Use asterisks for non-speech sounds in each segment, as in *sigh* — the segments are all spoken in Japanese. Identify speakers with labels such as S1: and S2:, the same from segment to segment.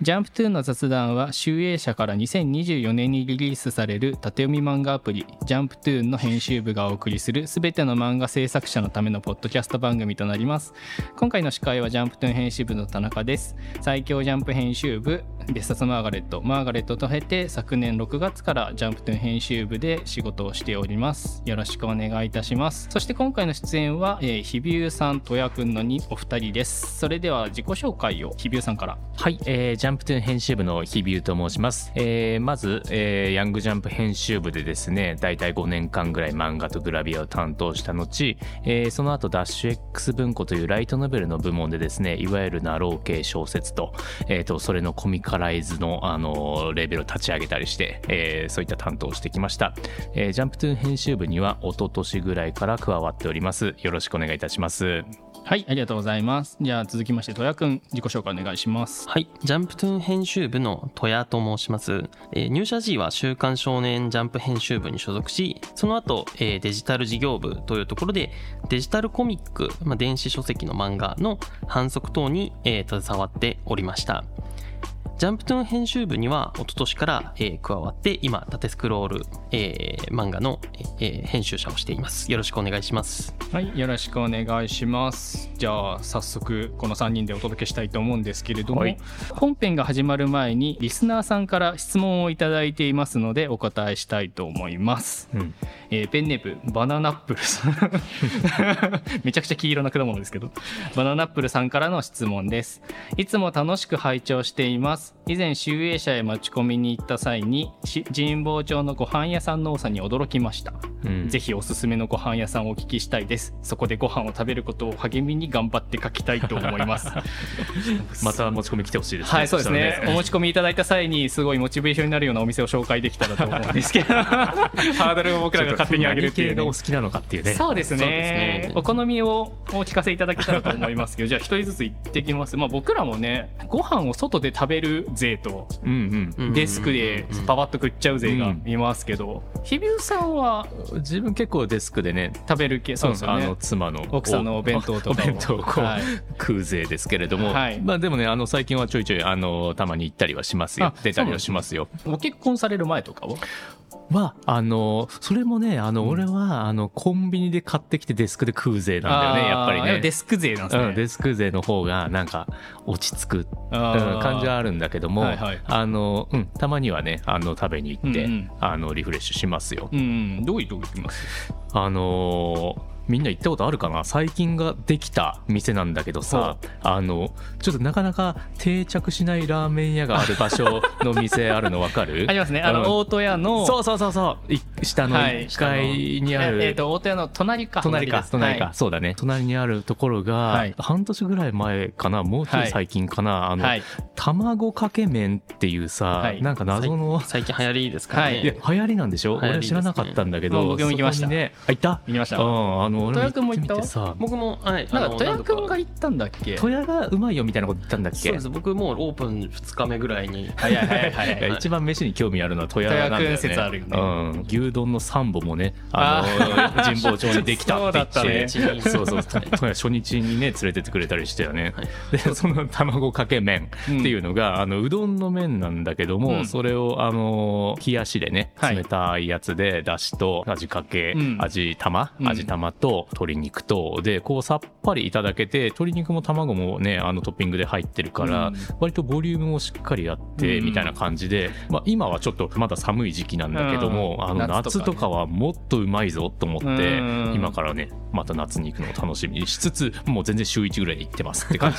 S1: ジャンプ2の雑談は、集英社から2024年にリリースされる縦読み漫画アプリ、ジャンプ2の編集部がお送りする、すべての漫画制作者のためのポッドキャスト番組となります。今回の司会は、ジャンプ2編集部の田中です。最強ジャンプ編集部、別冊マーガレット、マーガレットと経て、昨年6月からジャンプ2編集部で仕事をしております。よろしくお願いいたします。そして今回の出演は、えー日比生さん、戸谷くんのにお二人です。それでは自己紹介を日比生さんから。
S2: はい、えージャンプトゥーン編集部の日比優と申します、えーまず、えーヤングジャンプ編集部でですね大体5年間ぐらい漫画とグラビアを担当した後、えーその後ダッシュ X 文庫というライトノベルの部門でですねいわゆるナロー系小説と,、えーとそれのコミカライズの、あのーレベルを立ち上げたりして、えーそういった担当をしてきました、えージャンプトゥーン編集部には一昨年ぐらいから加わっておりますよろしくお願いいたします
S1: はい、ありがとうございます。じゃあ続きまして、戸谷くん、自己紹介お願いします。
S3: はい、ジャンプトゥーン編集部の戸谷と申します。えー入社時は週刊少年ジャンプ編集部に所属し、その後、えーデジタル事業部というところで、デジタルコミック、まあ、電子書籍の漫画の販促等に、えー携わっておりました。ジャンプトゥーン編集部には一昨年から、えー加わって、今、縦スクロール、えー漫画の、えー編集者をしています。よろしくお願いします。
S1: はい、よろしくお願いします。じゃあ早速この3人でお届けしたいと思うんですけれども、
S2: はい
S1: 本編が始まる前にリスナーさんから質問をいただいていますのでお答えしたいと思います。
S2: うん
S1: えーペンネープバナナップルさん *laughs* めちゃくちゃ黄色な果物ですけどバナナップルさんからの質問ですいつも楽しく拝聴しています以前集英社へ待ち込みに行った際にし神保町のご飯屋さんの多さに驚きました、
S2: うん
S1: ぜひおすすめのご飯屋さんをお聞きしたいですそこでご飯を食べることを励みに頑張って書きたいと思い *laughs* ます
S2: また持ち込み来てほしいですね
S1: はいそうです
S2: し
S1: ね
S2: たら
S1: お持ち込みいただいた際にすごいモチベーションになるようなお店を紹介できたらと思うんですけど *laughs* ハードルを僕らが勝手に上げるっていう、ね、
S2: 何系がお好きなのかっていうね
S1: そうですね
S3: そうですね
S1: お好みをお聞かせいただけたらと思いますけどじゃあ一人ずつ行ってきますまあ僕らもねご飯を外で食べる勢と
S2: うんうん
S3: うん
S1: デスクでパパッと食っちゃう勢がいますけど、日比生さんは
S2: 自分結構デスクでね
S1: 食べる系そうですよ
S2: あの
S1: ね
S2: 妻の
S1: 奥さんのお弁当とかを
S2: お弁当をこう、
S1: はい
S2: 食うぜですけれども、
S1: はい
S2: まあでもねあの最近はちょいちょいあのたまに行ったりはしますよ
S1: あ
S2: 出たりはしますよ
S1: ご結婚される前とかは
S2: まああのそれもねあの、俺はあのコンビニで買ってきてデスクで食うぜなんだよねやっぱり
S1: あー
S2: ね
S1: デスク勢なんですね、
S2: うん、デスク勢の方がなんか落ち着くうん感じは
S1: あ
S2: あるんだけども、
S1: はいはい
S2: あのうん、たまにはねあの食べに行って、
S1: うんうん
S2: あのリフレッシュしますよ
S1: ー。うんどういうとこ行きます
S2: あのーみんな行ったことあるかな最近ができた店なんだけどさあのちょっとなかなか定着しないラーメン屋がある場所の店あるの分かる
S1: *laughs* ありますねあの
S2: うん
S1: 大戸屋の
S2: そうそうそうそうい下の
S1: はい
S2: 1階に
S1: え
S2: ある、
S1: えーと大戸屋の隣か
S2: 隣か
S1: です
S2: 隣か、
S1: はい
S2: そうだね隣にあるところが、
S1: はい
S2: 半年ぐらい前かなもうちょい最近かな、あの、
S1: はい
S2: 卵かけ麺っていうさ、
S1: はい
S2: なんか謎の、
S3: 最近流行りですからね。
S1: はい
S2: いや流行りなんでしょ
S3: 流行り
S2: 俺
S3: です
S2: 知らなかったんだけど、
S1: うん僕も行きました
S2: そこにねあ行った
S1: 行きました
S2: うんあの俺
S1: 戸谷君も行った
S2: てみてさ
S3: 僕も、はい、
S1: な
S3: あ
S1: んか
S3: の
S1: 戸谷君
S3: 何度
S1: が
S3: か
S1: 行ったんだっけ
S2: 戸谷がうまいよみたいなこと言ったんだっけ
S3: そうです僕もうオープン2日目ぐらいに
S1: 早い早い早い
S2: い *laughs* や一番飯に興味あるのは戸谷なんだよね
S1: 戸谷君説あるよね
S2: うん、牛丼のサンボもねあの神保町にできたって言って
S3: そうだ
S2: そ
S3: ったね
S2: うそう戸谷初日にね連れてってくれたりしたよね、
S3: はい
S2: でその卵かけ麺っていうのが、うあのうどんの麺なんだけども、
S1: うん
S2: それをあの冷やしでね
S1: はい
S2: 冷たいやつでだしと味かけ、
S1: うん
S2: 味玉
S1: うん
S2: 味玉と鶏肉とでこうさっぱりいただけて鶏肉も卵もねあのトッピングで入ってるから、
S1: うん
S2: 割とボリュームもしっかりあって、
S1: うん
S2: みたいな感じで、まあ、今はちょっとまだ寒い時期なんだけども、
S1: うん
S2: あの
S1: 夏と
S2: 夏
S1: かね
S2: とかはもっとうまいぞと思って、
S1: うん
S2: 今からねまた夏に行くのを楽しみにしつつもう全然週1ぐらいで行ってますって感じ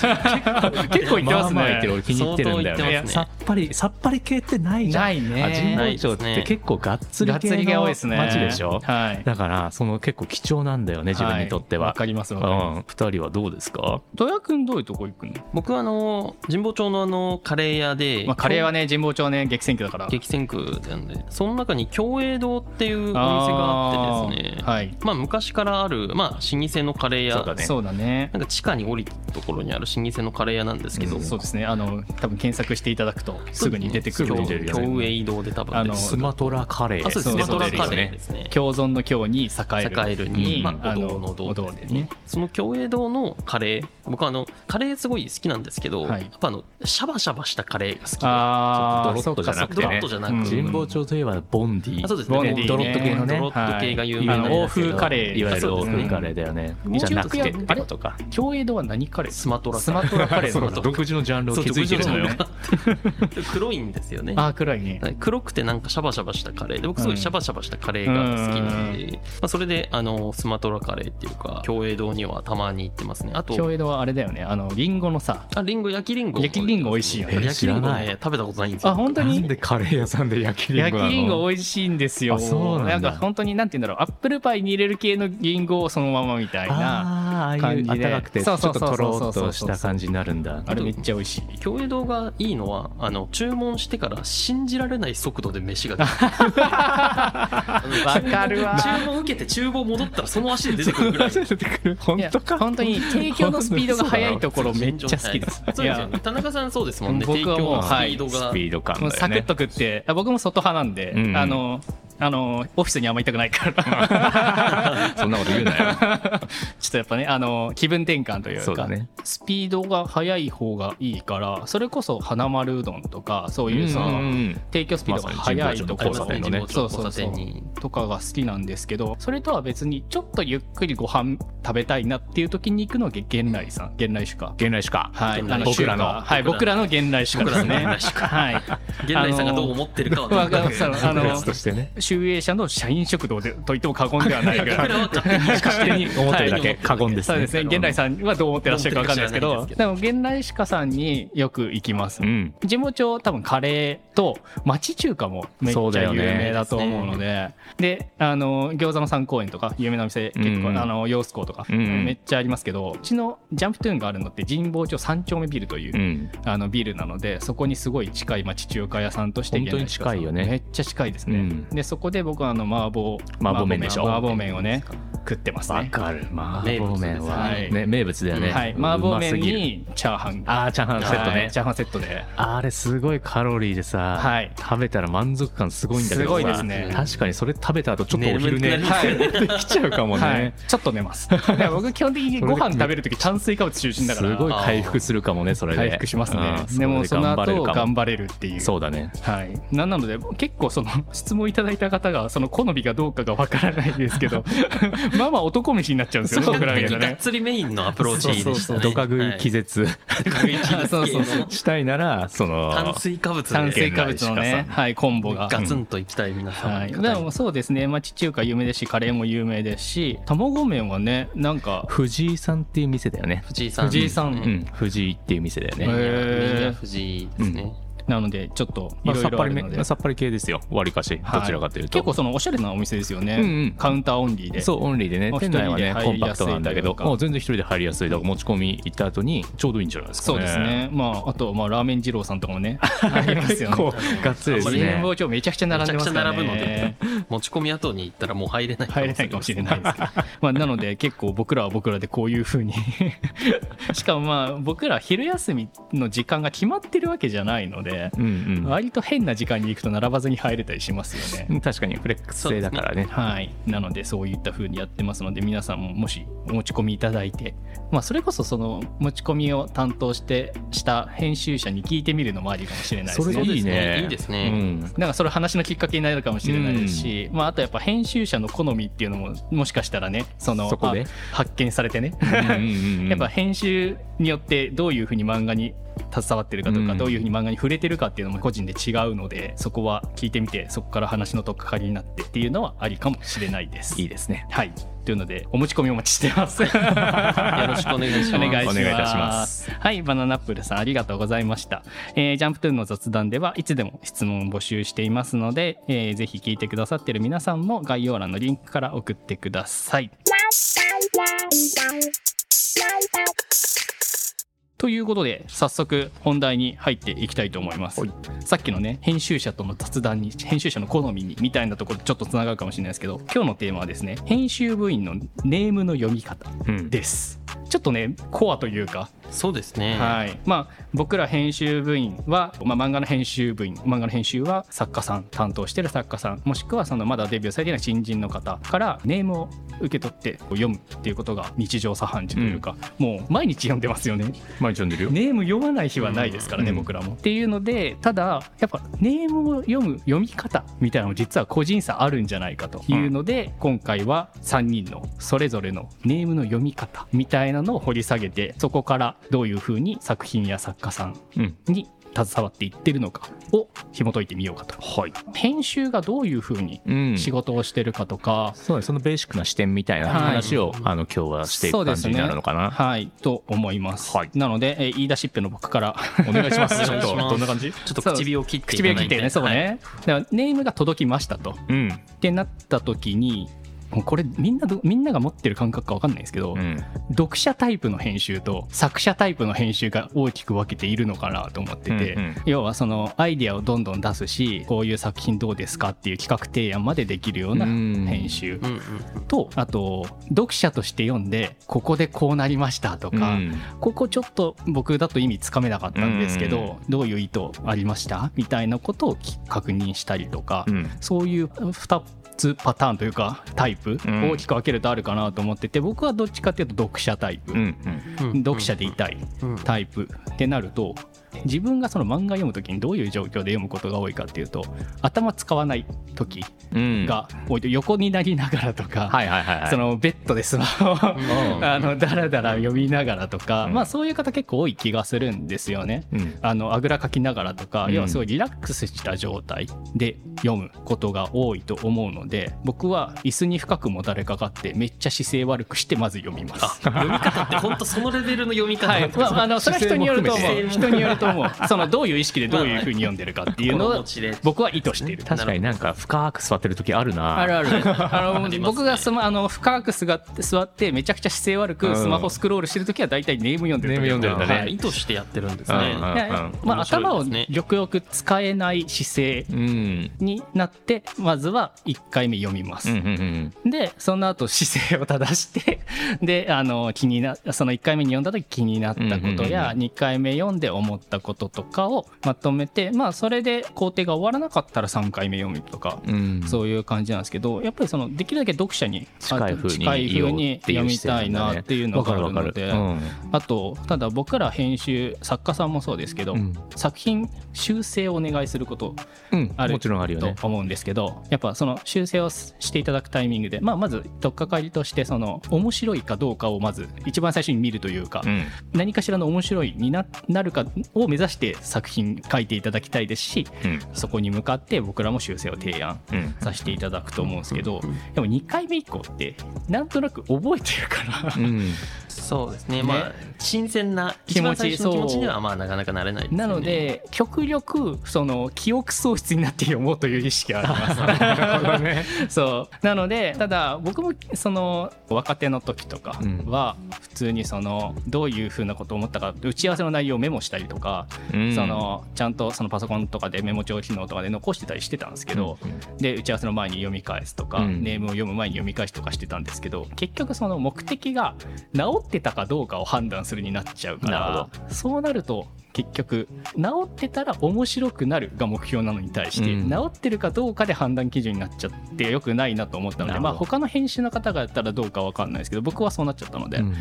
S1: 結構行ってますね
S2: ああ行ってる俺気に入ってるんだよね
S3: 相当行ってますね
S2: さっぱりさっぱり系ってないじゃん
S1: ないね
S2: あ
S3: ない
S2: 神保
S3: です
S2: 町
S3: ね
S2: って結構がっつ
S1: が
S2: り
S1: っつり
S2: 系
S1: が
S2: の
S1: 多いですね
S2: 街でしょ、
S1: はい
S2: だからその結構貴重なんだよね自分にとって
S1: い
S2: は、
S1: わかります
S2: う
S1: わ
S2: ん
S1: かります
S2: 2人はどうですか
S1: 戸谷君どういうとこ行くの
S3: *laughs* 僕はあの神保町のあのカレー屋で、
S1: まあカレーはね神保町ね激戦区だから
S3: 激戦区なんでその中に共栄堂っていうお店があってですね
S1: あーはい
S3: まあ昔からある、まあ、老舗のカレー
S2: そう
S3: 屋
S2: だね
S1: そうだね
S3: なんか地下に降りたところにある老舗のカレー屋なんですけど、
S2: うん
S1: そうですねあの多分検索していただくとすぐに出てく
S2: す
S1: る
S2: ぐ
S1: と
S2: に出
S1: 思う
S2: るよね
S3: 共栄堂で多分
S1: あの
S2: スマトラカレー
S3: あそうです
S1: そう
S3: スマトラ
S1: そう
S3: カレーですね
S1: 共存の共に栄える
S3: 栄えるに、
S1: うん
S3: まあ、
S1: あ
S3: お
S1: の
S3: 堂の
S1: お
S3: 堂
S1: 堂でね
S3: その共栄堂のカレー僕はあのカレーすごい好きなんですけど、
S1: はい
S3: やっぱあのシャバシャバしたカレーが好きで
S1: ああ
S2: ちょっとドロッとじゃなくて
S3: ドロ
S2: ね
S3: ッとじゃな
S1: うん
S3: く、
S2: 神保町といえばボンディ
S3: あそうです
S1: ボンディ
S3: ね
S1: ね
S2: ドロッと系のね
S3: ドロッと系が有名
S1: あ
S3: なんですけ
S1: の
S3: ど
S1: 欧風カレー
S2: いわゆる
S1: そう
S2: 欧
S1: ですね
S2: 風カレーだよね、
S1: うん
S2: じゃなく
S1: 日
S2: て
S1: 本食
S2: っ
S1: や
S2: てことか
S1: 共栄堂は何カレー
S3: スマトラ
S1: スマトラカレー
S3: そう
S1: の
S3: だ
S1: こと
S2: 独自のジャンルを
S3: そう
S2: 築いてるのよ
S3: 独自の黒いんですよね
S1: ああ暗いね
S3: はい黒くてなんかシャバシャバしたカレーで僕すごいシャバシャバしたカレーが好きなんで、まあ、それであのスマトラカレーっていうか共栄堂にはたまに行ってますねあ
S1: 共
S3: と
S1: 栄堂はあれだよねあのリンゴのさ
S3: あリンゴ焼きリンゴ
S1: 焼きリンゴ美味しいよね
S3: 焼きリン
S2: 知ら
S3: ゴ
S2: ない
S3: ね食べたことないんですよ
S1: あ本当
S2: なん
S1: に
S2: でカレー屋さんで焼きリン
S1: 焼
S2: ゴ
S1: き
S2: なの
S1: リンゴ美味しいんですよ
S2: あそうなんだ
S1: か本当になんて言うんだろうアップルパイに入れる系のリンゴをそのままみたいなあ
S2: あーああいう
S1: 感じで
S2: 温かくてちょ
S1: そう
S2: っ
S1: そ
S2: と
S1: うそう
S2: とろ
S1: そ
S2: っ
S1: うそう
S2: とした感じになるんだ
S1: れめっちゃ美味しい
S3: 共栄堂がいいのはあの注文してから信じられない速度で飯が出てくる
S1: わかるわ
S3: 注文受けて厨房戻ったらその足で出てくるぐらい
S2: 出てくる本
S1: いや
S2: 当か
S1: 本当に提供のスピードが速いところめっちゃ好きです
S3: はいそう
S1: い
S3: ですよ
S1: や
S3: ね田中さんそうですもんね
S1: 僕
S3: 提
S1: は
S3: 供
S1: もう
S3: のスピード
S2: ス
S3: が
S2: ピード感だ
S1: も
S2: よ
S1: う
S2: ね
S1: サクッと食ってあ僕も外派なんで、
S2: うん
S1: あのあのオフィスにあんま行きたくないから
S2: *laughs* そんなこと言うなよ
S1: ちょっとやっぱねあの気分転換という
S2: そう
S1: か
S2: だね
S1: スピードが速い方がいいからそれこそ花丸うどんとかそういうその、提供スピードが速いとこ
S3: あり
S1: ろ
S3: ま
S2: まさ
S3: す
S2: に神保町の交
S3: ね
S2: 差点の
S3: 神
S2: ね
S3: 保町
S1: そう
S3: の
S1: そうそ
S3: 交差
S1: う
S3: 点に
S1: とかが好きなんですけどそれとは別にちょっとゆっくりご飯食べたいなっていう時に行くのが源来さん源来酒か
S2: 現代しか
S1: はい
S3: 源
S1: あの
S3: 来
S2: 僕らの
S1: 中華はい僕
S3: 僕
S1: ら
S3: ら
S1: の源来酒
S3: 僕
S1: で
S3: ら
S1: す
S3: の
S1: ね
S3: 源来酒
S1: はい
S3: 現代さんがどう思ってるかは
S1: わ
S3: と
S1: か
S3: に
S1: る
S3: かく
S1: あの
S2: としてね
S1: 集英社の社員食堂でと言っても過言ではないぐ
S3: *laughs*
S1: らい
S3: 僕らは
S1: *laughs*
S3: 勝手に
S2: 思ってるだ
S3: はい
S2: け過言です
S1: そうですね源来さんはどう思ってらっしゃるか分かんないですけ
S3: どう
S1: ど
S3: 思って
S1: でも源来酒さんによく行きます
S2: うん
S1: 地元町多分カレーと町中華もめっちゃ有名だと思うのでであの餃子の三公園とか有名なお店結構、
S2: うん
S1: あの洋子港とか、
S2: うん
S1: めっちゃありますけどうちのジャンプトゥーンがあるのって神保町三丁目ビルという、
S2: うん
S1: あのビルなのでそこにすごい近い町中華屋さんとして
S2: 本当に近いよね
S1: めっちゃ近いですね、
S2: うん
S1: でそこで僕はあの麻婆
S2: 麻婆麺でしょ
S1: 麻婆麺をね食ってます
S2: わ
S1: ね
S2: かる麻
S3: 名
S2: 婆
S3: 物で
S2: 麺
S3: す
S2: は
S1: はい
S2: ね名物だよね
S1: はい、
S2: うん
S1: 麻婆
S2: うます
S1: 麺
S2: ぎる
S1: にチャーハン
S2: ああチャーハンセット
S1: は
S2: ね
S1: いチャーハンセットで
S2: あれすごいカロリーでさ、
S1: はい
S2: 食べたら満足感すごいんだけどさ
S1: すごいですね
S2: 確かにそれ食べた後ちょっとお昼寝
S3: 眠くな
S2: で
S3: り
S2: きちゃうかもね、
S1: はい、ちょっと寝ます。いや僕基本的にご飯食べるとき炭水化物中心だから。
S2: すごい回復するかもねそれで
S1: 回復しますね。
S2: うん
S1: でもその
S2: れで
S1: 後
S2: 頑張れるか
S1: 頑
S2: も
S1: 張れるっていう。
S2: そうだね
S1: はい。なんなので結構その *laughs* 質問いただいた方がその好みがどうかがわからないですけ
S2: *laughs*
S1: ど、まあまあ男飯になっちゃうんですよね。僕らみたいな
S3: がっ
S1: ね。
S3: つりメインのアプローチでしたね
S2: ドカ食
S3: はい
S2: 気絶
S1: あそうそうそう。
S2: したいならその
S3: 炭水化物で
S1: 炭水化物のね、はいコンボが。
S3: ガツンといきたい皆さん、
S1: はい、でもそうですね、町中華有名ですし、カレーも有名ですし、卵麺はね、なんか、
S2: 藤井さんっていう店だよね、
S3: 藤井さん
S1: 藤井さん
S3: う
S2: うん、藤井っていう店だよね、
S1: へー
S3: ミヤ藤井ですね、
S1: なので、ちょっとい
S2: まあ
S1: ろ
S2: さ
S1: い
S2: っ
S1: ろ
S2: ぱ
S1: あ
S2: り
S1: るので
S2: め、さっぱり系ですよわりかしどちらかというと、
S1: は結構そのおしゃれなお店ですよね、
S2: うんうん
S1: カウンターオンリーで
S2: そうオンリーでね
S1: お一
S2: 店
S1: 人
S2: 内は
S1: で
S2: ねコ
S1: 入
S2: ン
S1: り
S2: パ
S1: や
S2: ク
S1: すい
S2: トなんだけど
S1: というか
S2: もう全然一人で入りやすいだから持ち込み行った後にちょうどいいんじゃないですか
S1: そうですねまああとまあラーメン二郎さんとかもねありますよね
S2: *laughs* 結構がっつりです
S1: 神
S2: ね
S1: 保町めちゃくちゃ並んでますからね
S3: めちゃくちゃ並ぶの持ち込み後に行ったらもう入れない
S1: 入れないかもしれないですけど、 *laughs* まあ、なので結構僕らは僕らでこういうふうに *laughs* しかもまあ僕ら昼休みの時間が決まってるわけじゃないので
S2: うん
S1: 割と変な時間に行くと並ばずに入れたりしますよね
S2: うん確かにフレックス制だからね
S1: はい、なのでそういった風にやってますので皆さんももしお持ち込みいただいて、まあ、それこそその持ち込みを担当してした編集者に聞いてみるのもありかもしれないです
S2: そ
S1: ね。
S2: れいいね
S3: いいですね
S2: うん
S1: なんかそれ話のきっかけになるかもしれないですし、まあ、あとやっぱ編集者の好みっていうのももしかしたらねその
S2: そこで
S1: あ発見されてね、や
S2: や
S1: っぱ編集によってどういうふうに漫画に携わってるかとか、
S2: うん
S1: どういうふうに漫画に触れてるかっていうのも個人で違うのでそこは聞いてみてそこから話の取っかかりになってっていうのはありかもしれないです。
S2: いいですね
S1: はいというのでお持ち込みお待ちして
S2: *laughs*
S1: ます。よ
S3: よろしくお願いします
S1: お願いします
S2: お願いいたします
S1: はいバナナップルさんありがとうございました、えージャンプトゥーンの雑談ではいつでも質問を募集していますので、えーぜひ聞いてくださってる皆さんも概要欄のリンクから送ってくださいということで早速本題に入っていきたいと思います
S2: はい
S1: さっきのね編集者との雑談に編集者の好みにみたいなところとちょっとつながるかもしれないですけど今日のテーマはですね編集部員のネームの読み方
S2: うん
S1: ですちょっとねコアというか
S3: そうですね。
S1: はいまあ、僕ら編集部員は、まあ、漫画の編集部員漫画の編集は作家さん担当してる作家さんもしくはそのまだデビューされてない新人の方からネームを受け取って読むっていうことが日常茶飯事というか、もう毎日読んでますよね
S2: 毎日読んでるよ
S1: ネーム読まない日はないですからね、
S2: うん
S1: 僕らも。っていうのでただやっぱネームを読む読み方みたいなのも実は個人差あるんじゃないかというので、今回は3人のそれぞれのネームの読み方みたいなのを掘り下げてそこからどういうふうに作品や作家さん
S2: うん
S1: に携わっていってるのかを紐解いてみようかと。編集がどういうふうに
S2: うん
S1: 仕事をしてるかとか、
S2: そうですそのベーシックな視点みたいな話を、あの今日はしていく感じになるのかな、
S1: はいと思います、
S2: はい
S1: なので、えー言い出しっぺの僕からお願いしますちょっと
S3: お願いします
S1: どんな感じ
S3: ちょっと唇を切っていただ
S1: 唇を
S3: い
S1: 切ってねそうね、だからネームが届きましたと
S2: うん
S1: ってなった時にもうこれみんなどみんなが持ってる感覚か分かんないですけど、
S2: うん
S1: 読者タイプの編集と作者タイプの編集が大きく分けているのかなと思ってて、
S2: うんうん
S1: 要はそのアイディアをどんどん出すしこういう作品どうですかっていう企画提案までできるような
S2: うん
S1: 編集
S3: うんうん
S1: とあと読者として読んでここでこうなりましたとか、
S2: うん
S1: ここちょっと僕だと意味つかめなかったんですけ
S2: うんうん
S1: ど、どういう意図ありましたみたいなことをき確認したりとか、
S2: うん
S1: そういう2つパターンというかタイプ、
S2: うん
S1: 大きく分けるとあるかなと思ってて僕はどっちかっていうと読者タイプ、
S2: うん
S3: うんうん
S1: 読者でいたい
S3: うん
S1: タイプってなると自分がその漫画読む時にどういう状況で読むことが多いかっていうと頭使わない時
S2: うん
S1: が多いと横になりながらとか、
S2: はいはいはいはい
S1: そのベッドでスマホを
S2: うん
S1: あのだらだら読みながらとか、
S2: うん
S1: まあそういう方結構多い気がするんですよね。
S2: うん
S1: あのあぐらかきながらとか、
S2: うん
S1: 要はすごいリラックスした状態で読むことが多いと思うので僕は椅子に深くもたれかかってめっちゃ姿勢悪くしてまず読みます。
S3: 読み方って本当そのレベルの読み方
S1: は
S3: ない
S1: *laughs*
S3: ん、
S1: まあ、
S3: か
S1: あのそれは人によると思
S3: 姿勢
S1: う
S3: も
S1: 人によると思うそのどういう意識でどういうふうに読んでるかっていうの
S2: *laughs*
S3: 心
S1: を
S3: 持ちで
S1: 僕は意図している。
S2: 確かになんか深く座ってる時あるな
S1: あるある。あ
S3: あり
S1: の、
S3: ますね
S1: 僕がその、あの、深くすが座って、めちゃくちゃ姿勢悪
S2: う
S1: く、
S2: ん
S1: スマホスクロールしてるときは、大体ネーム読んでる時。
S2: ネーム読んでるんだね
S1: はい
S3: 意図してやってるんです
S2: うん
S3: ね。
S2: うん
S1: まあ、
S3: 面白い
S1: 頭を
S3: ですね
S1: よくよく使えない姿勢
S2: うん
S1: になって、まずは1回目読みま
S2: う
S1: す。
S2: んうんうん
S1: で、その後姿勢を正して、 *laughs* で、あの、気にな、その1回目に読んだ時気になったこと
S2: うんうんうん
S1: や、
S2: う
S1: 2回目読んで思ったこととかをまとめて、まあ、それで工程が終わらなかったら3回目読むとか、
S2: うん
S1: そういう感じなんですけどやっぱりそのできるだけ読者に
S2: 近い風に
S1: 近い風に読みたいなっていうのがあるので、あとただ僕ら編集作家さんもそうですけど、
S2: うん
S1: 作品修正をお願いすること
S2: うん、
S1: ある
S2: もちろんあるよ
S1: と
S2: ね。
S1: 思うんですけど、やっぱその修正をしていただくタイミングで、まあ、まず取っかかりとしてその面白いかどうかをまず一番最初に見るというか、
S2: うん
S1: 何かしらの面白いにななるかを目指して作品書いていただきたいですし
S2: うん
S1: そこに向かって僕らも修正を提案
S2: うん
S1: させていただくと思うんですけどでも2回目以降ってなんとなく覚えてるから
S2: う *laughs* ん
S3: そうですね。
S1: ね
S3: まあ新鮮な
S1: 気
S3: 一
S1: 持
S3: 番
S1: ち
S3: 最初の気持ちに
S1: そ
S3: はまあなかなかなれないですよね。
S1: なので極力その記憶喪失になって読もうという意識があり
S2: *laughs*
S1: ます。そうなのでただ僕もその若手の時とかは普通にそのどういうふうなことを思ったか打ち合わせの内容をメモしたりとか、
S2: うん
S1: そのちゃんとそのパソコンとかでメモ帳機能とかで残してたりしてたんですけど、
S2: うん
S1: で打ち合わせの前に読み返すとか、
S2: うん
S1: ネームを読む前に読み返すとかしてたんですけど結局その目的が治ってたかどうかを判断するになっちゃうか
S2: なる
S1: らそうなると結局治ってたら面白くなるが目標なのに対して、
S2: うん
S1: 治ってるかどうかで判断基準になっちゃってよくないなと思ったの
S2: な
S1: で、
S2: るほ
S1: ま
S2: ど
S1: あ、他の編集の方がやったらどうかわかんないですけど僕はそうなっちゃったので、
S2: うん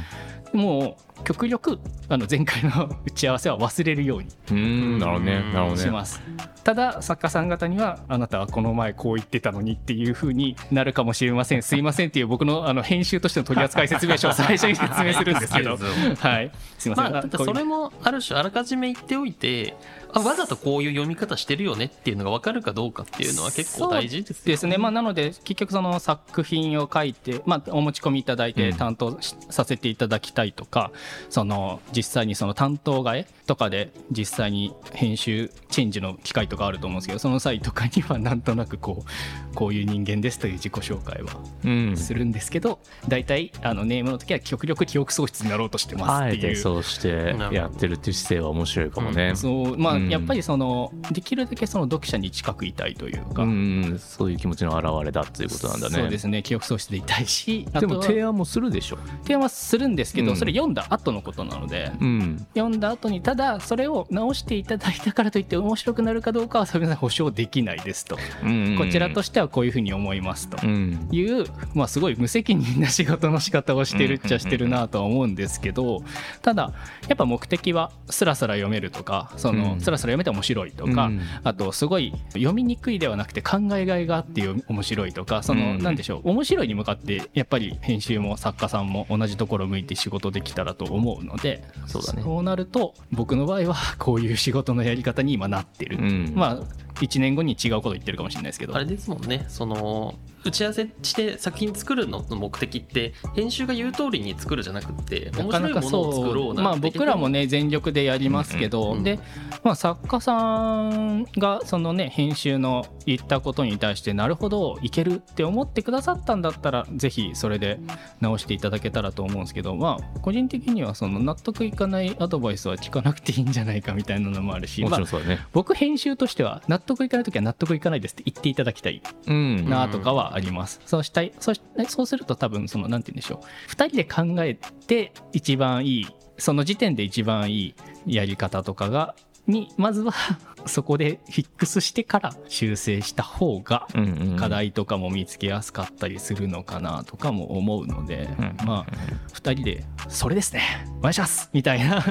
S1: もう極力あの前回の *laughs* 打ち合わせは忘れるように
S2: うんなるほどねなるほど
S1: し
S2: ね。
S1: ます、ただ作家さん方にはあなたはこの前こう言ってたのにっていう風になるかもしれませんすいませんっていう僕のあの編集としての取扱説明書を最初に説明するんですけど
S3: *laughs* そうです
S1: はいすいません、
S3: まあ、ただ
S1: こうい
S3: そうれもある種あらかじめ言っておいてあわざとこういう読み方してるよねっていうのが分かるかどうかっていうのは結構大事ですよ
S1: ですね、まあ、なので結局その作品を書いて、まあ、お持ち込みいただいて
S2: うん
S1: 担当しさせていただきたいとか、その実際にその担当替えとかで実際に編集チェンジの機会とかあると思うんですけどその際とかにはなんとなくこうこういう人間ですという自己紹介は
S2: うん
S1: するんですけど、大体あのネームの時は極力記憶喪失になろうとしてます
S2: あ
S1: って
S2: え
S1: いう。
S2: てそうしてやってるっていう姿勢は面白いかもね。
S1: そうまあ、
S2: うん
S1: やっぱりそのできるだけその読者に近くいたいというか、
S2: うんうんそういう気持ちの表れだっていうことなんだね。
S1: そうですね記憶喪失でいたいしあ
S2: で
S1: とは
S2: も提案もするでしょ。
S1: 提案はするんですけど、ど、
S2: うん
S1: それ読んだ後のことなので、
S2: うん
S1: 読んだ後にただそれを直していただいたからといって面白くなるかどうかはそれは保証できないですと、
S2: うん
S1: こちらとしてはこういうふうに思いますと。
S2: うん
S1: いう、まあ、すごい無責任な仕事の仕方をしてるっちゃしてるなとは思うんですけどただやっぱ目的はスラスラ読めるとかその、
S2: うん
S1: スラスラ読めて面白いとか、
S2: うん
S1: あとすごい読みにくいではなくて考えがいがあって読み面白いとかその、
S2: うん
S1: なんでしょう面白いに向かってやっぱり編集も作家さんも同じところ向いて仕事できたらと思うので
S2: そうだね
S1: そうなると僕の場合はこういう仕事のやり方に今なってる、
S2: うん
S1: まあ1年後に違うこと言ってるかもしれないですけど
S3: あれですもんねその打ち合わせして作品作るのの目的って編集が言う通りに作るじゃなくって面白いものを作ろう
S1: ま
S3: な
S1: あ、
S3: んて
S1: 僕らもね全力でやりますけど、
S3: うんうん
S1: で、まあ、作家さんがそのね編集の言ったことに対してなるほどいけるって思ってくださったんだったらぜひそれで直していただけたらと思うんですけどまあ個人的にはその納得いかないアドバイスは聞かなくていいんじゃないかみたいなのもあるし、
S2: も
S1: ま
S2: ちろ
S1: あ
S2: ん、そうだね
S1: 僕編集としては納得いかない時は納得いかないですって言っていただきたい
S2: うん
S1: なとかはあります、そうしたいそうしそうすると多分そのなんて言うんでしょう2人で考えて一番いいその時点で一番いいやり方とかがにまずは *laughs* そこでフィックスしてから修正した方が
S2: うんうん
S1: 課題とかも見つけやすかったりするのかなとかも思うので、
S2: うん
S1: まあ2人で「それですねお願いします!」みたいな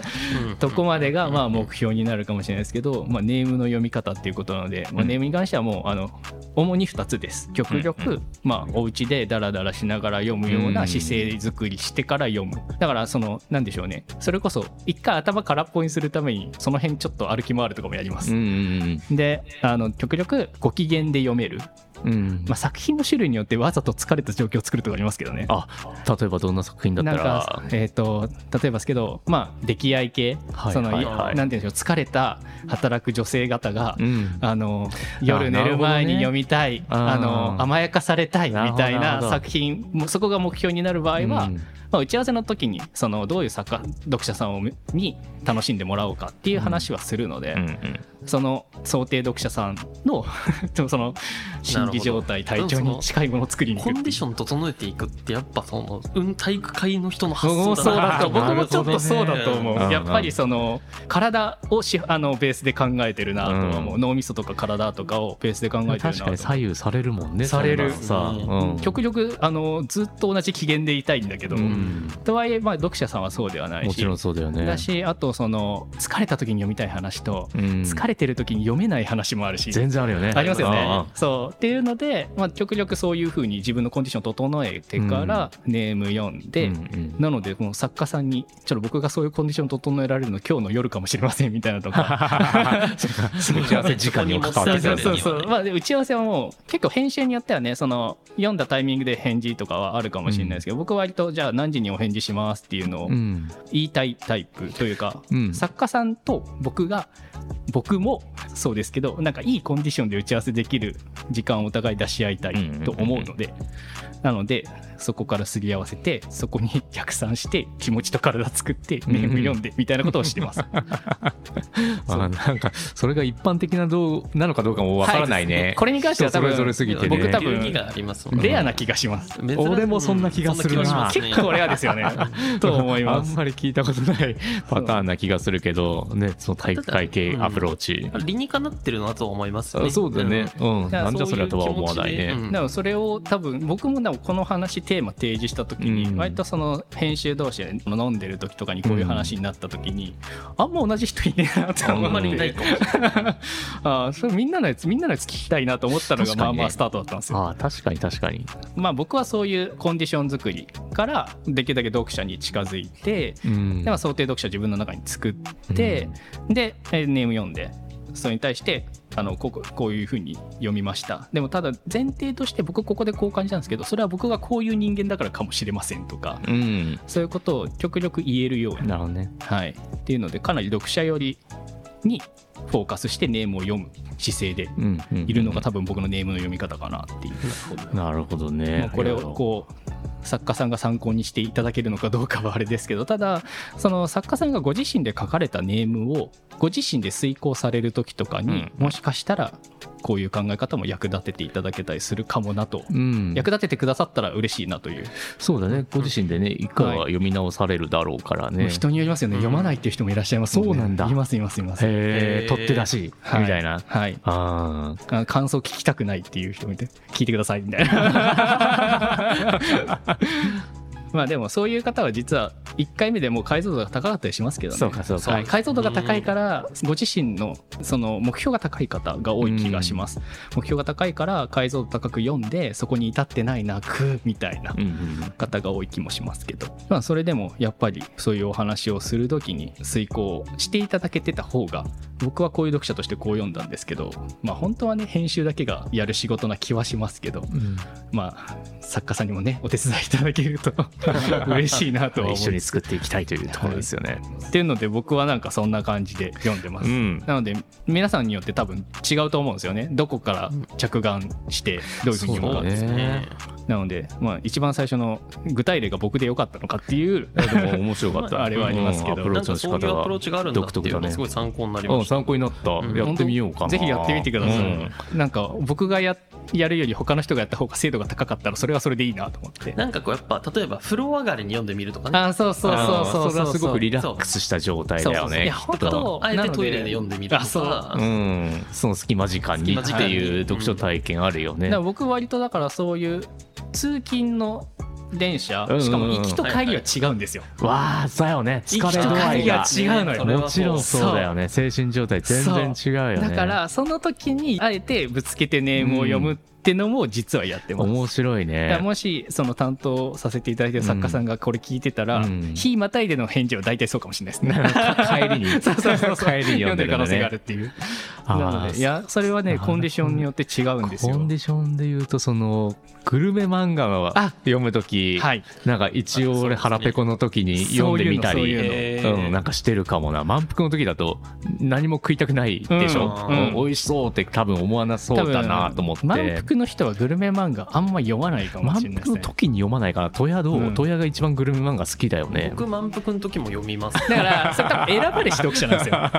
S3: うん
S1: とこまでがまあ目標になるかもしれないですけど、まあ、ネームの読み方っていうことなので、まあ、
S2: うん
S1: ネームに関してはもうあの主に2つです極
S2: うんう
S1: 力、まあ、お家でダラダラしながら読むよう
S2: う
S1: なん姿勢作りしてから読むだからそのなんでしょうねそれこそ一回頭空っぽにするためにその辺ちょっと歩き回るとかもやりま
S2: う
S1: す。
S2: ん
S1: であの極力ご機嫌で読める、
S2: うんうん
S1: まあ、作品の種類によってわざと疲れた状況を作るとかありますけどね。
S2: あ例えばどんな作品だった
S1: なん
S2: ら
S1: か、えー、と例えばですけど、まあ、溺愛系、
S2: はい
S1: その
S2: はい
S1: い
S3: はい
S1: なんていうんでしょう疲れた働く女性方が、
S2: うん
S1: あの夜寝る前に読みたい、
S2: なるほどね
S1: あの
S2: うん
S1: 甘やかされたいみたい
S2: なる
S1: な
S2: ほど
S1: 作品もうそこが目標になる場合は、ま
S2: うん
S1: あ、打ち合わせの時にそのどういう作家読者さんをに楽しんでもらおうかっていう話はするので、
S2: うんうん
S1: その想定読者さんの *laughs* その心理状態
S3: な
S1: 体
S3: るほど
S1: 調に近いものを作りに行
S3: コ
S1: く
S3: ンディション整えていくってやっぱその運体育会の人の発
S1: 僕も
S3: 想
S1: そうだ
S3: な
S1: と僕
S2: なる
S1: も
S2: ほ
S1: ちょ
S2: ど
S1: っ
S2: ね
S1: とそうだと
S2: うんう
S1: 思
S2: ん
S1: うやっぱりその体をしあのベースで考えてるなとは思う、
S2: うん
S1: 脳みそとか体とかをベースで考えてるな
S2: 確かに
S1: と
S2: 左右されるもんね
S1: される
S2: そんなのさ、うん、
S1: 極力あのずっと同じ機嫌でいたいんだけど、
S2: うん
S1: とはいえ、まあ、読者さんはそうではないし
S2: もちろんそうだよね
S1: だしあとその疲れた時に読みたい話と、
S2: うん
S1: 疲れてる時に読めない話もあるし
S2: 全然あるよね
S1: ありますよ
S2: うんうん
S1: ね。そうっていうので、まあ、極力そういうふうに自分のコンディションを整えてからネーム読んで、
S2: うんうん
S1: *laughs* なのでもう作家さんにちょっと僕がそういうコンディション整えられるの今日の夜かもしれませんみたいなと
S2: *laughs*
S1: か
S2: 打ち合わせ時間にも関わ
S1: そ
S2: っ
S1: う
S2: てく
S1: そ
S2: る
S1: うそうそう、まあ、で打ち合わせはもう結構編集によってはねその読んだタイミングで返事とかはあるかもしれないですけど、僕は割とじゃあ何時にお返事しますっていうのを
S2: うん
S1: 言いたいタイプというか、
S2: うん
S1: 作家さんと僕が僕もそうですけどなんかいいコンディションで打ち合わせできる時間をお互い出し合いたいと思うので、なのでそこからすり合わせてそこに逆算して気持ちと体作って
S2: ん
S1: ネーム読んでみたいなことをして
S2: *laughs*
S1: ます。そう
S2: まあなんかそれが一般的などうなのかどうかもわからないね、
S1: は *laughs* これに関しては多分
S2: 人それぞれすぎてね
S1: 僕多分
S3: 流儀がありますもんね
S1: レアな気がします。
S3: 珍しい
S2: 俺もそんな気がするな
S3: うんそんな気がしますね
S1: 結構レアです
S3: *laughs*
S1: よね。と思い
S2: あ
S1: ま
S2: ん
S1: す。
S2: まり聞いたこ
S1: *laughs*
S2: とないパターンな気がするけどねその体育会系アプローチ、
S3: 理にかなってるなと思います
S2: あ
S3: ね
S2: そうだね、うん
S1: ん
S2: なんじゃそれはとは思わないね
S3: そういう気持ちでうん
S1: でもそれを多分僕もでもこの話テーマ提示した時
S2: う
S1: に
S2: ん
S1: 割とその編集同士で飲んでる時とかにこういう話になった時にあんま同じ人いねえなって思
S3: あんまりい
S1: っ
S3: な
S1: て
S3: いかもしれない
S1: あーそれみんなのやつみんなのやつ聞きたいなと思ったのが
S2: 確か
S1: まあ
S2: にね
S1: まあスタートだったんですよ。
S2: ああ確かに確かに
S1: まあ僕はそういうコンディション作りからできるだけ読者に近づいて
S2: うん
S1: でまあ想定読者自分の中に作って、でえーネーム読んでそれに対してあのこここういうふうに読みましたでもただ前提として僕ここでこう感じたんですけどそれは僕がこういう人間だからかもしれませんとか
S2: うん
S1: そういうことを極力言えるように、
S2: なるほどね
S1: はい、っていうのでかなり読者寄りにフォーカスしてネームを読む姿勢で
S2: うんうん
S1: いるのが多分僕のネームの読み方かなっていう。
S2: なるほどね、
S1: まあこれをこう作家さんが参考にしていただけるのかどうかはあれですけどただその作家さんがご自身で書かれたネームをご自身で遂行される時とかに、
S2: うん
S1: もしかしたらこういう考え方も役立てていただけたりするかもなと、
S2: うん、
S1: 役立ててくださったら嬉しいなという、
S2: そうだねご自身でね一回は読み直されるだろうからね、
S1: 人によりますよね、
S3: うん
S1: 読まないっていう人もいらっしゃいますもね
S2: そうなんだ
S1: いますいますいます、
S2: へえ取って出し、
S1: は
S2: みたいな
S1: はい
S2: あー
S1: あ感想聞きたくないっていう人もいて聞いてくださいみたいな
S2: *laughs*
S1: まあでもそういう方は実は1回目でもう解像度が高かったりしますけどね
S2: そうかそうか
S1: はい解像度が高いからご自身のその目標が高い方が多い気がします目標が高いから解像度高く読んでそこに至ってないなくみたいな
S2: うんうん
S1: 方が多い気もしますけど、まあ、それでもやっぱりそういうお話をする時に遂行していただけてた方が僕はこういう読者としてこう読んだんですけど、まあ、本当はね編集だけがやる仕事な気はしますけど、
S2: うん
S1: まあ、作家さんにもねお手伝いいただけると *laughs* 嬉しいなとは思う
S2: 一緒に作っていきたいというところですよね。
S1: っていうので僕はなんかそんな感じで読んでます。
S2: ん
S1: なので皆さんによって多分違うと思うんですよねどこから着眼してどういうふうに読むか
S2: そう
S1: っ
S2: ね
S1: て
S3: ですね
S1: なので、まあ、一番最初の具体例が僕で良かったのかっていう
S2: でも面白かった。
S1: あれはありますけど
S2: うんアプロ
S3: な
S2: ー
S3: ん
S2: チの
S3: か
S2: 仕方
S3: そういうア
S2: が
S3: プローチがあるんだっていう
S2: 独特
S3: の
S2: だ
S3: が
S2: ね
S3: すごい参考になり
S2: う
S3: ま
S2: ん
S3: した。
S2: 参考になった。
S3: ん
S2: やってみようかな。
S1: ぜひやってみてください、
S2: うん
S1: なんか僕がややるより他の人がやった方が精度が高かったらそれはそれでいいなと思って
S3: なんかこうやっぱ例えば風呂上がりに読んでみるとかね。
S1: あそうそうそうそう
S2: あーれはすごくリラ
S1: ク
S2: ックスした状態だよ
S1: い
S2: ね
S1: や。本当
S3: あえてトイレで読んでみると
S1: あそう
S3: か。
S2: うん、その隙間時間に
S3: 隙間
S2: っ
S3: 時
S2: て
S3: 間に
S2: いう読書体験あるよね
S1: だか。ら僕割とだからそういう通勤の電車
S2: うんうんうん
S1: しかも行きと帰りは違うんですよ、
S2: わあ、だよね。疲
S1: 行き
S2: れ
S1: と
S2: 度合
S1: 帰
S2: い
S1: りが
S2: が。
S1: 違うのよ
S3: それは
S2: もちろんそうだよね。精神状態全然違うよ
S1: だ
S2: ね。
S1: からその時にあえてぶつけてネームを読むってのも実はやってます、
S2: 面白い
S1: だから
S2: ね。
S1: もしその担当させていただいてる作家さんがこれ聞いてたら、
S2: うん
S1: 日またいでの返事は大体そうかもしれないですね
S2: *laughs* 帰りに
S1: *laughs* そうそうそうそう
S2: 帰りに
S1: 読
S2: 読ん
S1: んで
S2: で
S1: る
S2: るん
S1: 可
S2: だね
S1: 能性があるっていうな
S2: あ
S1: の
S2: ー
S1: でいやそれは
S2: な
S1: ね
S2: るほど
S1: コンディションによって違うんですよ
S2: コンディションで言うとそのグルメ漫画は
S1: あ
S2: 読む時、
S1: はい
S2: なんか一応俺
S3: あそうですね
S2: 腹ペコの時に読んでみたり
S1: そういうのそう
S3: いうの
S2: うんなんかしてるかもな満腹の時だと何も食いたくないでしょ、
S3: う
S2: うんん美味しそうって多分思わなそうだなと思って
S1: 満腹の人はグルメ漫画あんま読まないかも
S2: 満
S1: しれないで
S2: 腹
S1: す
S2: の
S1: ね
S2: 時に読まないかな戸屋どう、
S1: うん
S2: 戸屋が一番グルメ漫画好きだよね
S3: 僕満腹の時も読みます。 *laughs*
S1: だからそれ多分選ばれし読者なんです *laughs* よ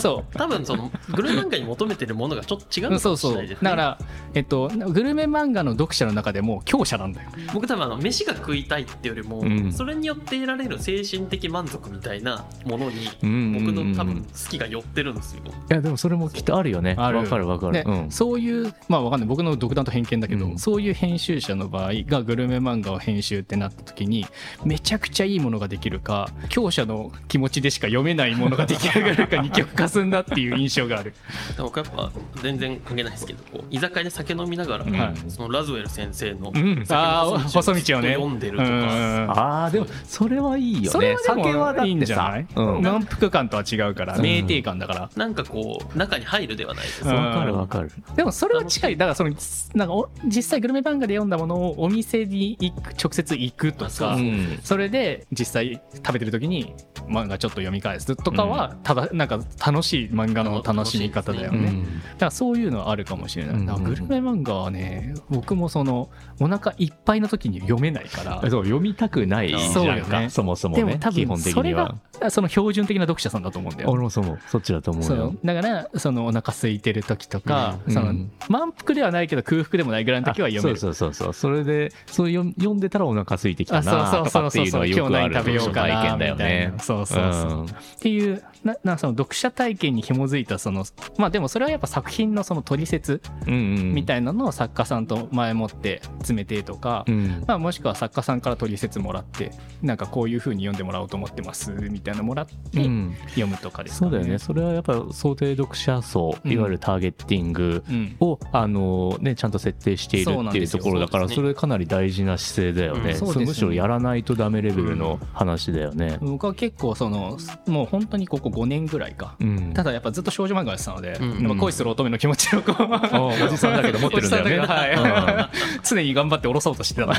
S1: そう
S3: 多分そのグルメ漫画に求めてるものがちょっと違う
S1: う
S3: の
S1: ん
S3: か
S1: そ
S3: も
S1: う
S3: しれ
S1: そ
S3: な
S1: う
S3: いです
S1: だ
S3: ね。
S1: から、えっと、グルメ漫画の読者の中でも強者なんだよ
S3: 僕多分あの飯が食いたいっていうよりも、
S2: うん
S3: それによって得られる精神的満足みたいなものに
S2: うんうん
S3: 僕
S2: うんうん
S3: の多分好きが寄ってるんですよ。
S2: いやでもそれもきっとあるよね
S1: ある
S2: わかるわかる、
S1: で
S2: うん
S1: そういうまあわかんない僕の独断と偏見だけど、
S2: うん
S1: そういう編集者の場合がグルメ漫画を編集ってなった時にめちゃくちゃいいものができるか強者の気持ちでしか読めないものが出来上がるか二極化すんだっていう印象がある
S3: でも僕やっぱ全然関係ないですけどこう居酒屋で酒飲みながら、
S2: はい
S3: そのラズウェル先生の
S2: うん
S1: あ
S3: の
S1: あ *laughs* 細道をね
S3: 読んでるとか
S1: うん
S2: あーでもそれはいいよね
S1: それはでも
S2: 酒はだってさ
S1: いいんじゃない、
S2: うん
S1: 満腹感とは違うから
S2: うん
S1: 酩酊感だから、
S3: なんかこう中に入るではないです
S1: うん
S2: わかるわかる
S1: でもそれは近いだからそのなんかお実際グルメ漫画で読んだものをお店に行く直接行くと
S3: あそ
S1: か
S3: う
S2: うん
S1: それで実際食べてる時に漫画ちょっと読み返すとかは、ただなんか楽しい漫画の楽しみ方だよ
S2: う
S1: ね、だ
S2: ん
S1: からそういうのはあるかもしれない、
S2: うん
S1: だからグルメ漫画はね僕もそのお腹いっぱいの時に読めない
S2: *laughs*
S1: から
S2: そう読みたくないじ
S1: そう
S2: ゃ
S1: よ
S2: ん
S1: ね
S2: かそ,、もそも
S1: で
S2: ね
S1: も多
S2: 基本
S1: 分
S2: 的
S1: それ
S2: に
S1: が
S2: は
S1: その標準的な読者さんだと思うんだよ
S2: 俺もそう思うそっちだと思
S1: そう
S2: よ
S1: うだからそのお腹空いてる時とか、
S2: うん
S1: そうの
S2: ん
S1: 満腹ではないけど空腹でもないぐらいの時は読める
S2: あそうそうそうそうそれでそう読読んでたらお腹空いてきた
S1: あそ
S2: な
S1: う
S2: と
S1: そ
S2: か
S1: う
S2: って
S1: そう
S2: い
S1: そう今
S2: うのはよ
S1: 日
S2: くあ
S1: 何
S2: る
S1: 食べ
S2: 読
S1: よ
S2: 書
S1: うか
S2: 体
S1: な
S2: 験
S1: み
S2: だよ
S1: たい
S2: ね
S1: なそうそうそう、
S2: ん
S1: っていうななその読者体験に紐づいたそのまあでもそれはやっぱ作品のその取説
S2: うんうん
S1: みたいなのを作家さんと前もって詰めてとか、
S2: うん
S1: まあ、もしくは作家さんから取説もらってなんかこういう風に読んでもらおうと思ってますみたいなのもらっ
S2: う
S1: て
S2: ん、
S1: 読むとかです
S2: そ
S1: か
S2: うだよねそれはやっぱ想定読者層
S1: うん
S2: いわゆるターゲッティング
S1: うん
S2: を、あのね、ちゃんと設定している
S1: そう
S2: っ
S1: なん
S2: てい
S1: で
S2: う
S1: すよ
S2: ところだから
S3: そ
S2: そ,、
S3: うですね
S2: れかなり大事な姿勢だよね,、
S3: うん
S1: そうです
S2: そ
S1: ね
S2: れむしろやらないとダメレベルの話だよね。
S1: 僕は結構そのもう本当にここ5年ぐらいか
S2: うん
S1: ただやっぱずっと少女漫画やってたので、
S3: うん
S1: やっぱ恋する乙女の気持ちをこう、
S2: *laughs* おおじさんだけど持ってるんだよね
S1: おじさんだけど *laughs* はい常に頑張って下ろそうとしてたの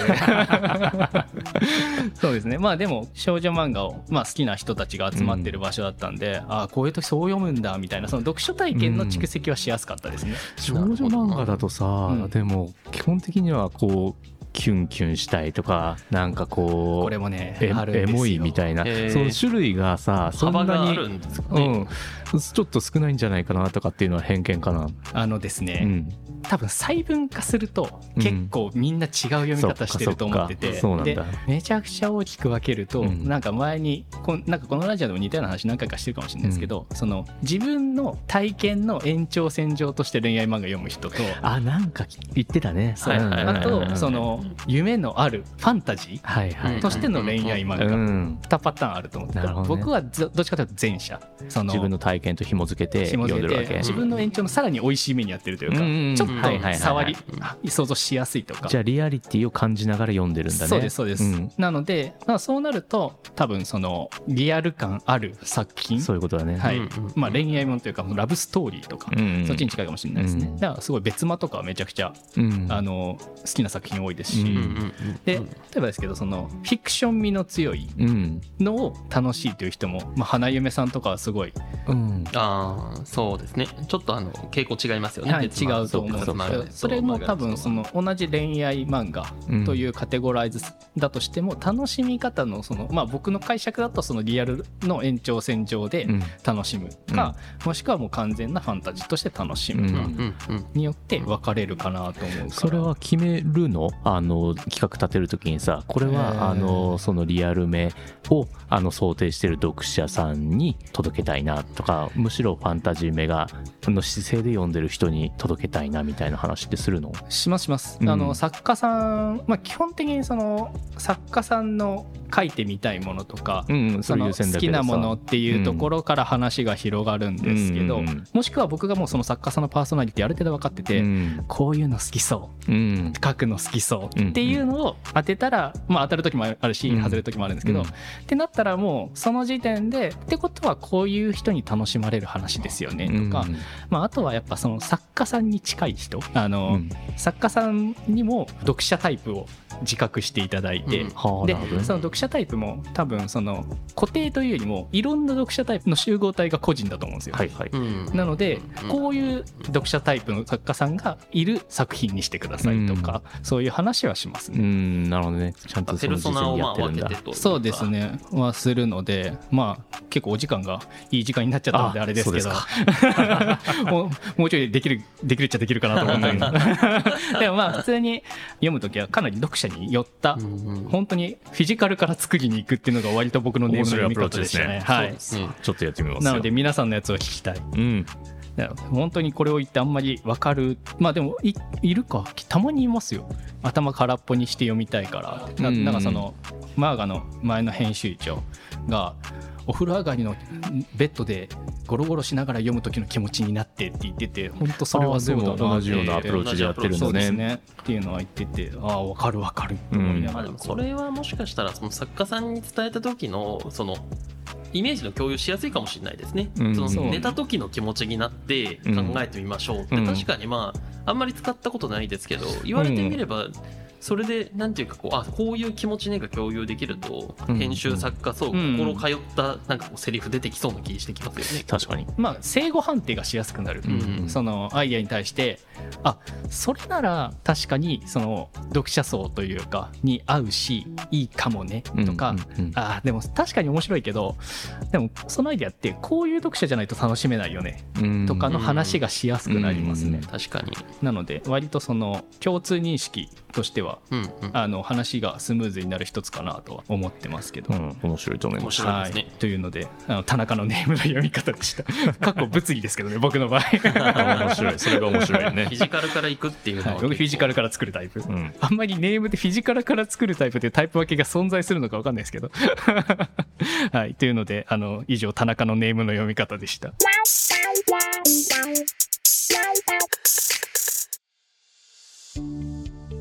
S1: でそうですねまあでも少女漫画を、まあ、好きな人たちが集まってる場所だったんで、ああこういう時そう読むんだみたいなその読書体験の蓄積はしやすかったですね、
S2: 少女漫画だとさ、
S1: うん
S2: でも基本的にはこうキュンキュンしたいとかなんかこう
S1: これもね
S2: え
S1: あるんです
S2: エ
S1: よ
S2: モいみたいな
S3: へー
S2: その種類がさそんな
S3: 幅
S2: に
S3: があるんですか
S2: う
S3: ね。
S2: ん、ちょっと少ないんじゃないかなとかっていうのは偏見かな、
S1: あのですね、
S2: うん、
S1: 多分細分化すると
S2: うん
S1: 結構みんな違う読み方してると思ってて、
S2: そっかそっかそうなん
S1: で
S2: だ
S1: めちゃくちゃ大きく分けると、
S2: うん
S1: なんか前にこんなんかこのラジオでも似たような話何回かしてるかもしれないですけど、その自分の体験の延長線上として恋愛漫画読む人と。
S2: あなんか言ってたね
S1: そう
S3: はいはい
S1: あ
S2: うんうんう
S1: と
S2: ん
S1: その夢のあるファンタジ
S2: はいは
S1: ー
S2: い
S1: としての恋愛漫
S2: う
S1: 画
S2: ん、
S1: 2パターンあると思ってて、
S2: なるほどね
S1: 僕はどどっちかというと前者その
S2: 自分の体験と紐付けて
S1: 紐
S2: 読ん
S1: 付
S2: で
S1: け
S2: るわ
S1: て自
S2: け
S1: 分の延長のさらに美味しい目にやってるというか、
S2: うんうんうん
S1: ちょっ
S3: はいはい
S2: は
S3: はい
S2: い
S1: と触り想像しやすいとか
S2: じゃあリアリティを感じながら読んでるんだね
S1: そうですそうです、
S2: ん
S1: なのでまあそうなると多分そのリアル感ある作品
S2: そういうことだね、
S1: はい
S3: うんうん
S1: まあ、恋愛ものというかラブストーリーとか、
S2: うん
S1: そっちに近いかもしれないですね、
S2: うん
S1: だからすごい別間とかはめちゃくちゃ、
S2: うん、
S1: あの好きな作品多いですし、
S2: うん
S1: で例えばですけどそのフィクション味の強い
S2: うん
S1: のを楽しいという人も、まあ、花嫁さんとかはすごい
S2: うん
S3: ああそうですねちょっとあの傾向違いますよね、
S1: はい、
S3: 別
S1: 違
S3: 漫
S1: うと思うんです
S3: 別漫
S1: け
S3: 画
S1: ど
S3: と
S1: それも多
S3: 漫画
S1: 分
S3: と
S1: その同じ恋愛漫画というカテゴライズだとしても楽しみ方のそのまあ僕の解釈だとそのリアルの延長線上で
S2: うん
S1: 楽しむかもしくはもう完全なファンタジーとして楽しむ
S3: うん
S1: か
S3: うんうん
S1: によって分かれるかなと思うから
S2: それは決めるのあの企画立てるときにさこれ
S1: え
S2: は
S1: ー
S2: あのそのリアルめをあの想定してる読者さんに届けたいなとかむしろファンタジーめがの姿勢で読んでる人に届けたいなみたいな話ってするの
S1: しますします、
S2: うん
S1: あの作家さん、まあ、基本的にその作家さんの書いてみたいものとか、
S2: うんうんそ
S1: そ
S2: れ
S1: の
S2: 優先
S1: 好
S2: だ
S1: き
S2: けどさ
S1: なものっていうところから話が広がるんですけど、
S2: うんうんうん
S1: もしくは僕がもうその作家さんのパーソナリティある程度分かってて、
S2: うん
S1: こういうの好きそう
S2: うん
S1: 書くの好きそうっていうのを当てたら、まあ、当たる時もあるし
S2: うん
S1: 外れる時もあるんですけど、
S2: うん
S1: ってなったらもうその時点でってことはこういう人に楽しまれる話ですよねとか、
S2: うん
S1: まあ、あとはやっぱその作家さんに近い人あの、
S2: うん
S1: 作家さんにも読者タイプを自覚していただいて。
S3: うん
S2: はあ
S1: で
S2: なるほどね
S1: その読者タイプも多分その固定というよりもいろんな読者タイプの集合体が個人だと思うんですよ。
S2: はいはい
S3: うん
S1: なので
S3: うん
S1: こういう読者タイプの作家さんがいる作品にしてくださいとか、そういう話はします
S2: う
S1: ね。
S2: んなるほどねちゃんと
S3: ペ
S2: そ
S3: ル
S2: の
S3: ソ
S2: 事
S3: ナ
S2: 前
S3: を
S2: に
S3: ま
S2: や
S3: あ
S2: ってる
S3: 分
S2: ん
S3: け
S2: だ
S3: てといか
S1: そうですねはするのでまあ結構お時間がいい時間になっちゃったので
S2: あ
S1: あれですけど
S2: そ
S1: *laughs* もうもうちょいできるできるっちゃできるかなと思ったけ
S3: *laughs*
S1: どでもまあ普通に読む時はかなり読者に寄った、
S3: うんうん
S1: 本当にフィジカルから作りに行くっていうのが割と僕のネームの読み方でしたね。は
S3: そう
S1: い
S3: ですね
S2: ちょっとやってみますよ
S1: なので皆さんのやつを聞きたい。
S2: うん
S1: だから本当にこれを言ってあんまり分かるまあでもいいるかたまにいますよ頭空っぽにして読みたいからってな
S2: うん
S1: なんかそのマーガの前の編集長がお風呂上がりのベッドでゴロゴロしながら読む時の気持ちになってって言ってて本当それはそうだな
S2: あーでも同じようなアプローチでやってるん
S1: そ
S2: だ
S1: うです
S2: ね
S1: ねっていうのは言っててああ分かる分かると思いな
S3: ま
S1: が
S3: あ
S1: ら、
S3: でもそれはもしかしたらその作家さんに伝えた時のそのイメージの共有しやすいかもしれないですね、
S2: うん
S3: その
S1: そう
S3: 寝た時の気持ちになって考えてみましょうって、
S2: うん
S3: 確かにまああんまり使ったことないですけど言われてみればそれでなんていうかこうあこういう気持ちねが共有できると
S2: うん
S3: 編集作家そう
S1: うん
S3: 心通ったなんかこうセリフ出てきそうな気してきますよね。
S2: 確かに
S1: まあ正誤判定がしやすくなる、
S2: うん
S1: そのアイデアに対してあそれなら確かにその読者層というかに合うしいいかもねとか、
S2: うんうんうん
S1: あでも確かに面白いけどでもそのアイデアってこういう読者じゃないと楽しめないよねとかの話がしやすくなりますね、
S3: 確かに、
S1: なので割とその共通認識としては
S3: うんうん、
S1: あの話がスムーズになる一つかなとは思ってますけど
S2: う。ん面白いと思いま
S3: 面
S2: す
S3: 白いですね。
S1: はい、というのであの田中のネームの読み方で
S2: *laughs*
S1: したかっこ物理ですけどね僕の場合
S2: *laughs* 面白いそれが面白いね *laughs*
S3: *laughs* フィジカルから行くっていうの
S1: はい *laughs*
S3: は、
S1: 僕フィジカ
S3: ル
S1: ルから作るタイプ、
S2: うん
S1: あんまりネームでフィジカルから作るタイプというタイプ分けが存在するのか分かんないですけど *laughs* はいというのであの以上田中のネームの読み方でした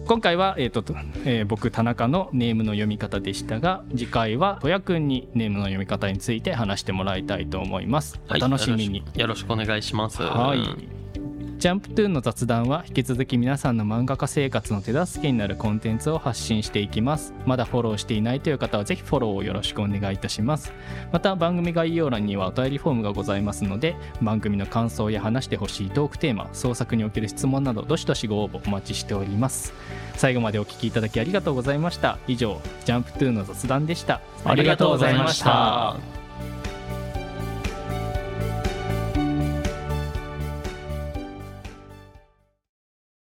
S1: 今回は、えーととえー僕田中のネームの読み方でしたが次回は戸谷くんにネームの読み方について話してもらいたいと思います、お楽しみに
S3: よろしくお願いします。
S1: はい、ジャンプトゥーンの雑談は引き続き皆さんの漫画家生活の手助けになるコンテンツを発信していきます。まだフォローしていないという方はぜひフォローをよろしくお願いいたします。また番組概要欄にはお便りフォームがございますので、番組の感想や話してほしいトークテーマ、創作における質問などどしどしご応募お待ちしております。最後までお聞きいただきありがとうございました。以上、ジャンプトゥーンの雑談でした。
S2: ありがとうございました。